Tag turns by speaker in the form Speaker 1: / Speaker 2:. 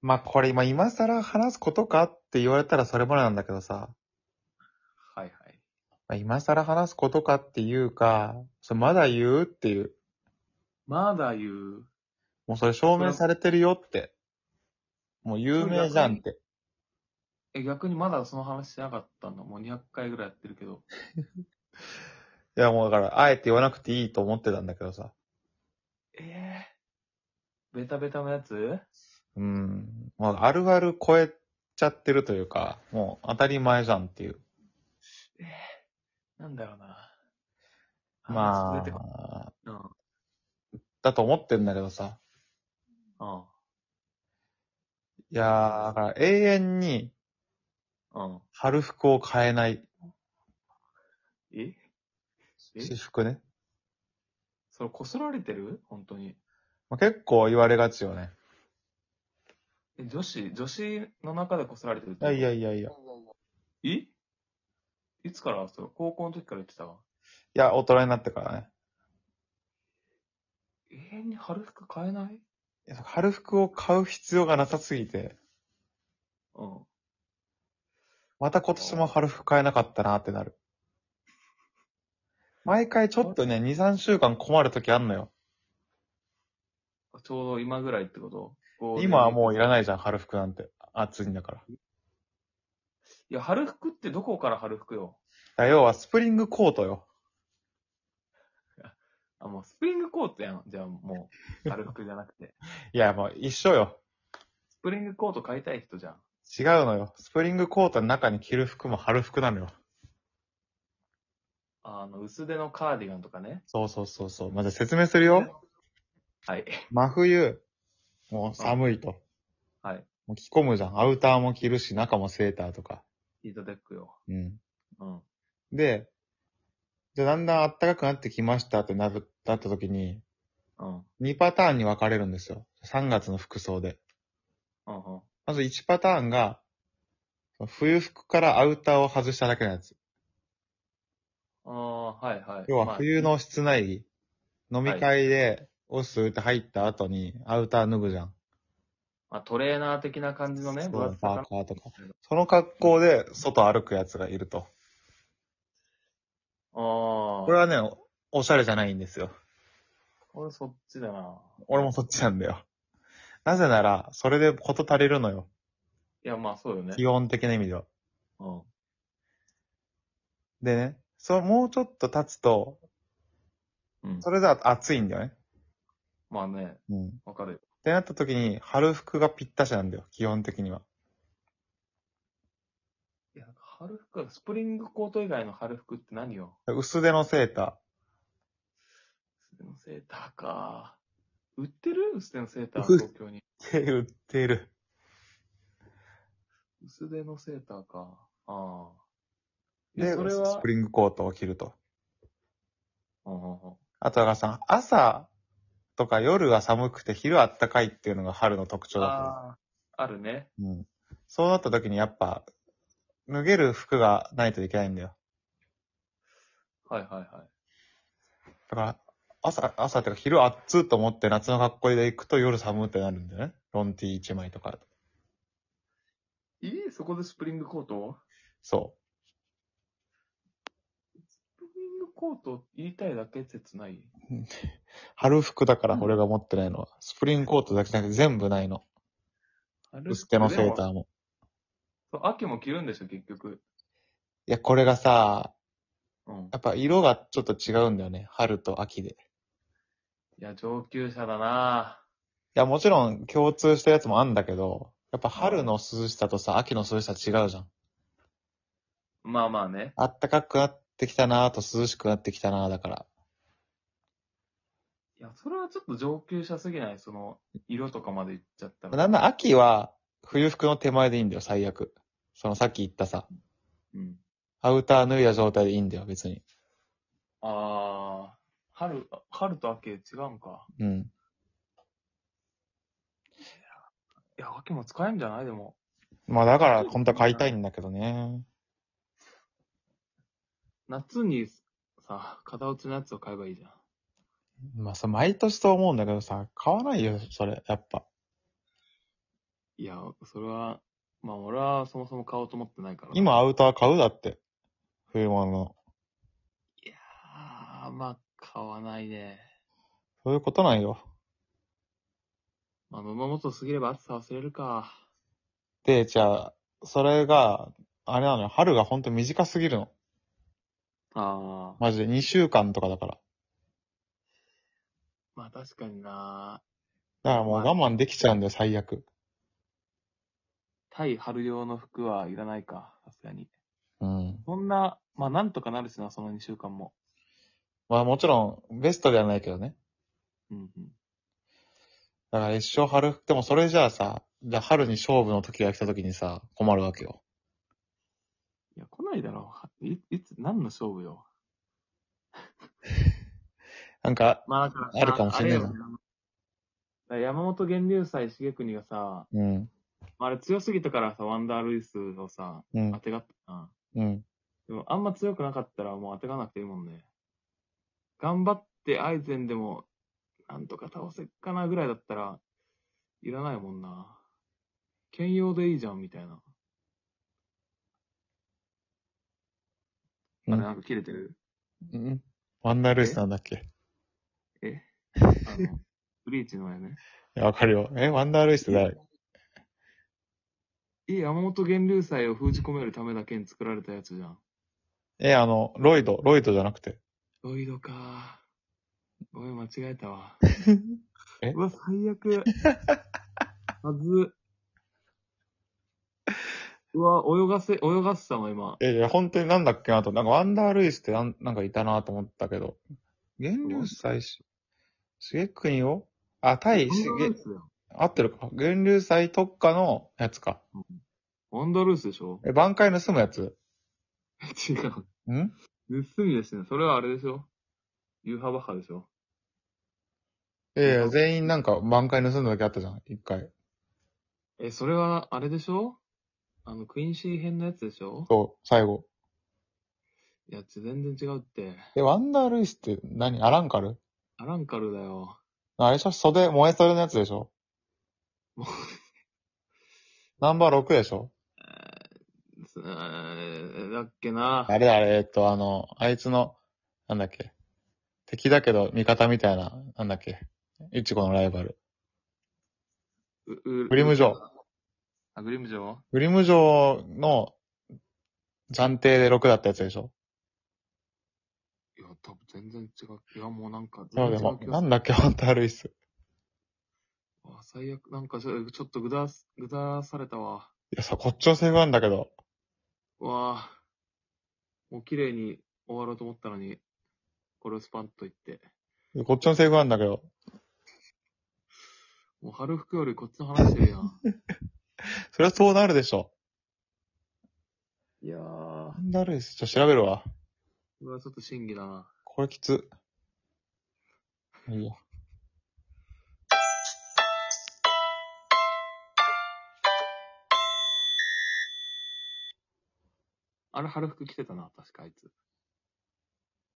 Speaker 1: まあこれ今今更話すことかって言われたらそれまでなんだけどさ、
Speaker 2: はいはい。
Speaker 1: まあ、今更話すことかっていうか、それまだ言うっていう、
Speaker 2: まだ言う。
Speaker 1: もうそれ証明されてるよって。もう有名じゃんって。
Speaker 2: え、逆にまだその話しなかったんだ。もう200回ぐらいやってるけど。
Speaker 1: いやもうだから、あえて言わなくていいと思ってたんだけどさ。
Speaker 2: ええベタベタのやつ
Speaker 1: うん。もうあるある超えちゃってるというか、もう当たり前じゃんっていう。
Speaker 2: なんだろうな。話
Speaker 1: ま
Speaker 2: ずれてこ
Speaker 1: あ、
Speaker 2: うん。うん。
Speaker 1: だと思ってんだけどさ。
Speaker 2: うん。
Speaker 1: いやー、だから永遠に春服を変えない。
Speaker 2: ええ
Speaker 1: 私服ね。
Speaker 2: それこすられてる本当に。
Speaker 1: まあ、結構言われがちよね。
Speaker 2: え、女子、女子の中でこすられてるっ
Speaker 1: い
Speaker 2: て
Speaker 1: やいやいやいや。い
Speaker 2: えいつからそれ高校の時から言ってた
Speaker 1: や、大人になってからね。
Speaker 2: 永遠に春服買えない
Speaker 1: いや春服を買う必要がなさすぎて、
Speaker 2: うん。
Speaker 1: また今年も春服買えなかったなってなる。毎回ちょっとね、2、3週間困る時あんのよ。
Speaker 2: ちょうど今ぐらいってことゴールデンウ
Speaker 1: 今
Speaker 2: ィーク
Speaker 1: はもういらないじゃん、春服なんて。暑いんだから。
Speaker 2: いや、春服ってどこから春服よ。
Speaker 1: だ要はスプリングコートよ。
Speaker 2: あ、もうスプリングコートやん。じゃあもう、春服じゃなくて。
Speaker 1: いや、もう一緒よ。
Speaker 2: スプリングコート買いたい人じゃん。
Speaker 1: 違うのよ。スプリングコートの中に着る服も春服なのよ。
Speaker 2: あの、薄手のカーディガンとかね。
Speaker 1: そうそうそうそう。まず説明するよ。
Speaker 2: はい。
Speaker 1: 真冬、もう寒いと。
Speaker 2: はい。
Speaker 1: もう着込むじゃん。アウターも着るし、中もセーターとか。
Speaker 2: ヒートテックよ。
Speaker 1: うん。
Speaker 2: うん。
Speaker 1: で、じゃあだんだん暖かくなってきましたってなる、なった時に、
Speaker 2: うん。
Speaker 1: 2パターンに分かれるんですよ。3月の服装で。
Speaker 2: うんうん。
Speaker 1: まず1パターンが、冬服からアウターを外しただけのやつ。
Speaker 2: ああー、はいはい。
Speaker 1: 要は冬
Speaker 2: の。
Speaker 1: の室内着。飲み会で、オスって入った後にアウター脱ぐじゃん。
Speaker 2: まあ、トレーナー的な感じのね、
Speaker 1: そう
Speaker 2: 分厚さ
Speaker 1: パ
Speaker 2: か
Speaker 1: ー
Speaker 2: な
Speaker 1: カーとか。その格好で外歩くやつがいると。
Speaker 2: ああ。
Speaker 1: これはね、おおしゃれじゃないんですよ。
Speaker 2: 俺そっちだな。
Speaker 1: 俺もそっちなんだよ。なぜなら、それでこと足りるのよ。
Speaker 2: いや、まあそうよね。
Speaker 1: 基本的な意味では。
Speaker 2: うん。
Speaker 1: でね、そう、もうちょっと経つと、
Speaker 2: うん。
Speaker 1: それでは暑いんだよね。
Speaker 2: まあね、
Speaker 1: うん。っ
Speaker 2: わかるよ。
Speaker 1: てなった時に、春服がぴったしなんだよ、基本的には。
Speaker 2: いや、春服、スプリングコート以外の春服って何よ
Speaker 1: 薄手のセータ
Speaker 2: 薄手のセーターか。売ってる薄手のセータ
Speaker 1: う
Speaker 2: ー、
Speaker 1: っ
Speaker 2: 東京に。
Speaker 1: ーって売ってる。
Speaker 2: 薄手のセーターか。ああ。い
Speaker 1: で、
Speaker 2: や、それは
Speaker 1: スプ、リングコートを着ると。
Speaker 2: うんうんうん
Speaker 1: あとはさ、朝とか夜は寒くて昼は暖かいっていうのが春の特徴だから。
Speaker 2: ああ、あるね。
Speaker 1: うん。そうなった時にやっぱ、脱げる服がないといけないんだよ。
Speaker 2: はいはいはい。
Speaker 1: だから、朝、朝っていうか昼暑っと思って夏の格好で行くと夜寒ってなるんだよね。ロンティー1枚とか。
Speaker 2: えーそこでスプリングコート
Speaker 1: そ
Speaker 2: スプリングコート言いたいだけ説ない。
Speaker 1: う。春服だから
Speaker 2: うん
Speaker 1: 俺が持ってないのは。スプリングコートだけじゃなくて全部ないの。
Speaker 2: 春
Speaker 1: 薄手のセータ
Speaker 2: ー。
Speaker 1: ーも。
Speaker 2: そう秋も着るんでしょ、結局。
Speaker 1: いや、これがさ、
Speaker 2: うん。
Speaker 1: やっぱ色がちょっと違うんだよね。春と秋で。い
Speaker 2: いや、上級者だな
Speaker 1: や、もちろん共通したやつもあんだけど、やっぱ春の涼しさとさ、秋の涼しさ違うじゃん。
Speaker 2: まあまあね。
Speaker 1: あったかくなってきたなぁと涼しくなってきたなぁだから。
Speaker 2: いや、それはちょっと上級者すぎないその、色とかまで言っちゃったら。
Speaker 1: なんだ、秋は冬服の手前でいいんだよ、最悪。そのさっき言ったさ、
Speaker 2: うん。
Speaker 1: アウター脱いだ状態でいいんだよ、別に。
Speaker 2: ああ、春、春と秋違うんか。
Speaker 1: うん。
Speaker 2: いや、秋も使えんじゃないでも。
Speaker 1: まあだから、本当は買いたいんだけどね。
Speaker 2: 夏にさ、片落ちのやつを買えばいいじゃん。
Speaker 1: まあさ、毎年と思うんだけどさ、買わないよ、それ、やっぱ。
Speaker 2: いや、それは、まあ俺はそもそも買おうと思ってないから。
Speaker 1: 今アウター買うだって。冬物の。
Speaker 2: いやー、まあ買わないね。
Speaker 1: そういうことなんよ。
Speaker 2: まあ喉元過ぎれば暑さ忘れるか。
Speaker 1: で、じゃあ、それが、あれなのよ。春がほんと短すぎるの。
Speaker 2: あー。
Speaker 1: マジで2週間とかだから。
Speaker 2: まあ確かにな
Speaker 1: だからもう我慢できちゃうんだよ、最悪。
Speaker 2: 対春用の服はいらないか、さすがに。
Speaker 1: うん。
Speaker 2: そんな、まあなんとかなるしな、その2週間も。
Speaker 1: まあもちろん、ベストではないけどね。
Speaker 2: うんうん。
Speaker 1: だから一生春服、でもそれじゃあさ、じゃあ春に勝負の時が来た時にさ、困るわけよ。
Speaker 2: いや、来ないだろう。いいつ、何の勝負よ。
Speaker 1: なんか、
Speaker 2: まあだからさ
Speaker 1: あるかもしれないな
Speaker 2: あよだから山本源流祭重国がさ、
Speaker 1: うん、
Speaker 2: まああれ強すぎたからさ、ワンダールイスをさ、
Speaker 1: う
Speaker 2: 当
Speaker 1: ん、
Speaker 2: てがったな。
Speaker 1: うん。
Speaker 2: でもあんま強くなかったらもう当てがなくていいもんね。頑張ってアイゼンでも、なんとか倒せっかなぐらいだったら、いらないもんな。兼用でいいじゃん、みたいな。
Speaker 1: うん
Speaker 2: あれなんか切れてる
Speaker 1: うん。ワンダールースなんだっけい
Speaker 2: えあの、ブリーチのやね。
Speaker 1: や、わかるよ。え、ワンダールースって誰
Speaker 2: いい山本源流祭を封じ込めるためだけに作られたやつじゃん。
Speaker 1: え、あの、ロイド、ロイドじゃなくて。
Speaker 2: ロイドか。ごめん、間違えたわ。
Speaker 1: え
Speaker 2: うわ、最悪。はず。うわ、泳がせ、泳がせたの、今。
Speaker 1: え、いや、本当になんだっけなと。なんかワンダールイスってなんなんかいたなと思ったけど。源流祭し、茂国をあ、対、し
Speaker 2: ワンダール
Speaker 1: げ
Speaker 2: ースだよ。
Speaker 1: 合ってるか。源流祭特化のやつか。
Speaker 2: ワンダールースでしょ
Speaker 1: え、挽回盗むやつ
Speaker 2: 違う。
Speaker 1: ん
Speaker 2: 盗みでしたね。それはあれでしょユーハバッハでしょ
Speaker 1: いやいや、全員なんか挽回盗んだだけあったじゃん、一回。
Speaker 2: え、それは、あれでしょあの、クインシー編のやつでしょ
Speaker 1: そう、最後。
Speaker 2: いや、全然違うって。
Speaker 1: え、ワンダールイスって何アランカル
Speaker 2: アランカルだよ。
Speaker 1: あれでしょ袖、燃え袖のやつでしょ
Speaker 2: もう
Speaker 1: ナンバー6でしょ
Speaker 2: えーだっけな。
Speaker 1: あれだ、あれ、えっと、あの、あいつの、なんだっけ。敵だけど味方みたいな、なんだっけ。いちごのライバル。
Speaker 2: うう
Speaker 1: グリムジョー。
Speaker 2: あ、グリムジョー
Speaker 1: グリム城の暫定で6だったやつでしょ
Speaker 2: いや、多分全然違う。いや、もうなんか、
Speaker 1: そう
Speaker 2: 全
Speaker 1: で
Speaker 2: 然違
Speaker 1: も
Speaker 2: う、気が
Speaker 1: な
Speaker 2: す
Speaker 1: ん
Speaker 2: る。
Speaker 1: だっけ、ワンダールイス。
Speaker 2: あ最悪、なんかちょちょっとぐだす、ぐだされたわ。
Speaker 1: いや、さ、こっちのセーフなんだけど。
Speaker 2: うわあもう綺麗に終わろうと思ったのに、これをスパンと言って。
Speaker 1: こっちのセーフなんだけど。
Speaker 2: もう春服よりこっちの話してるやん。
Speaker 1: それはそうなるでしょ。
Speaker 2: いやー
Speaker 1: ワ。ンダールイス、ちょ、調べるわ。
Speaker 2: これはちょっと審議だな。
Speaker 1: これきつ。いいや。
Speaker 2: あれ春服着てたな、確かあいつ。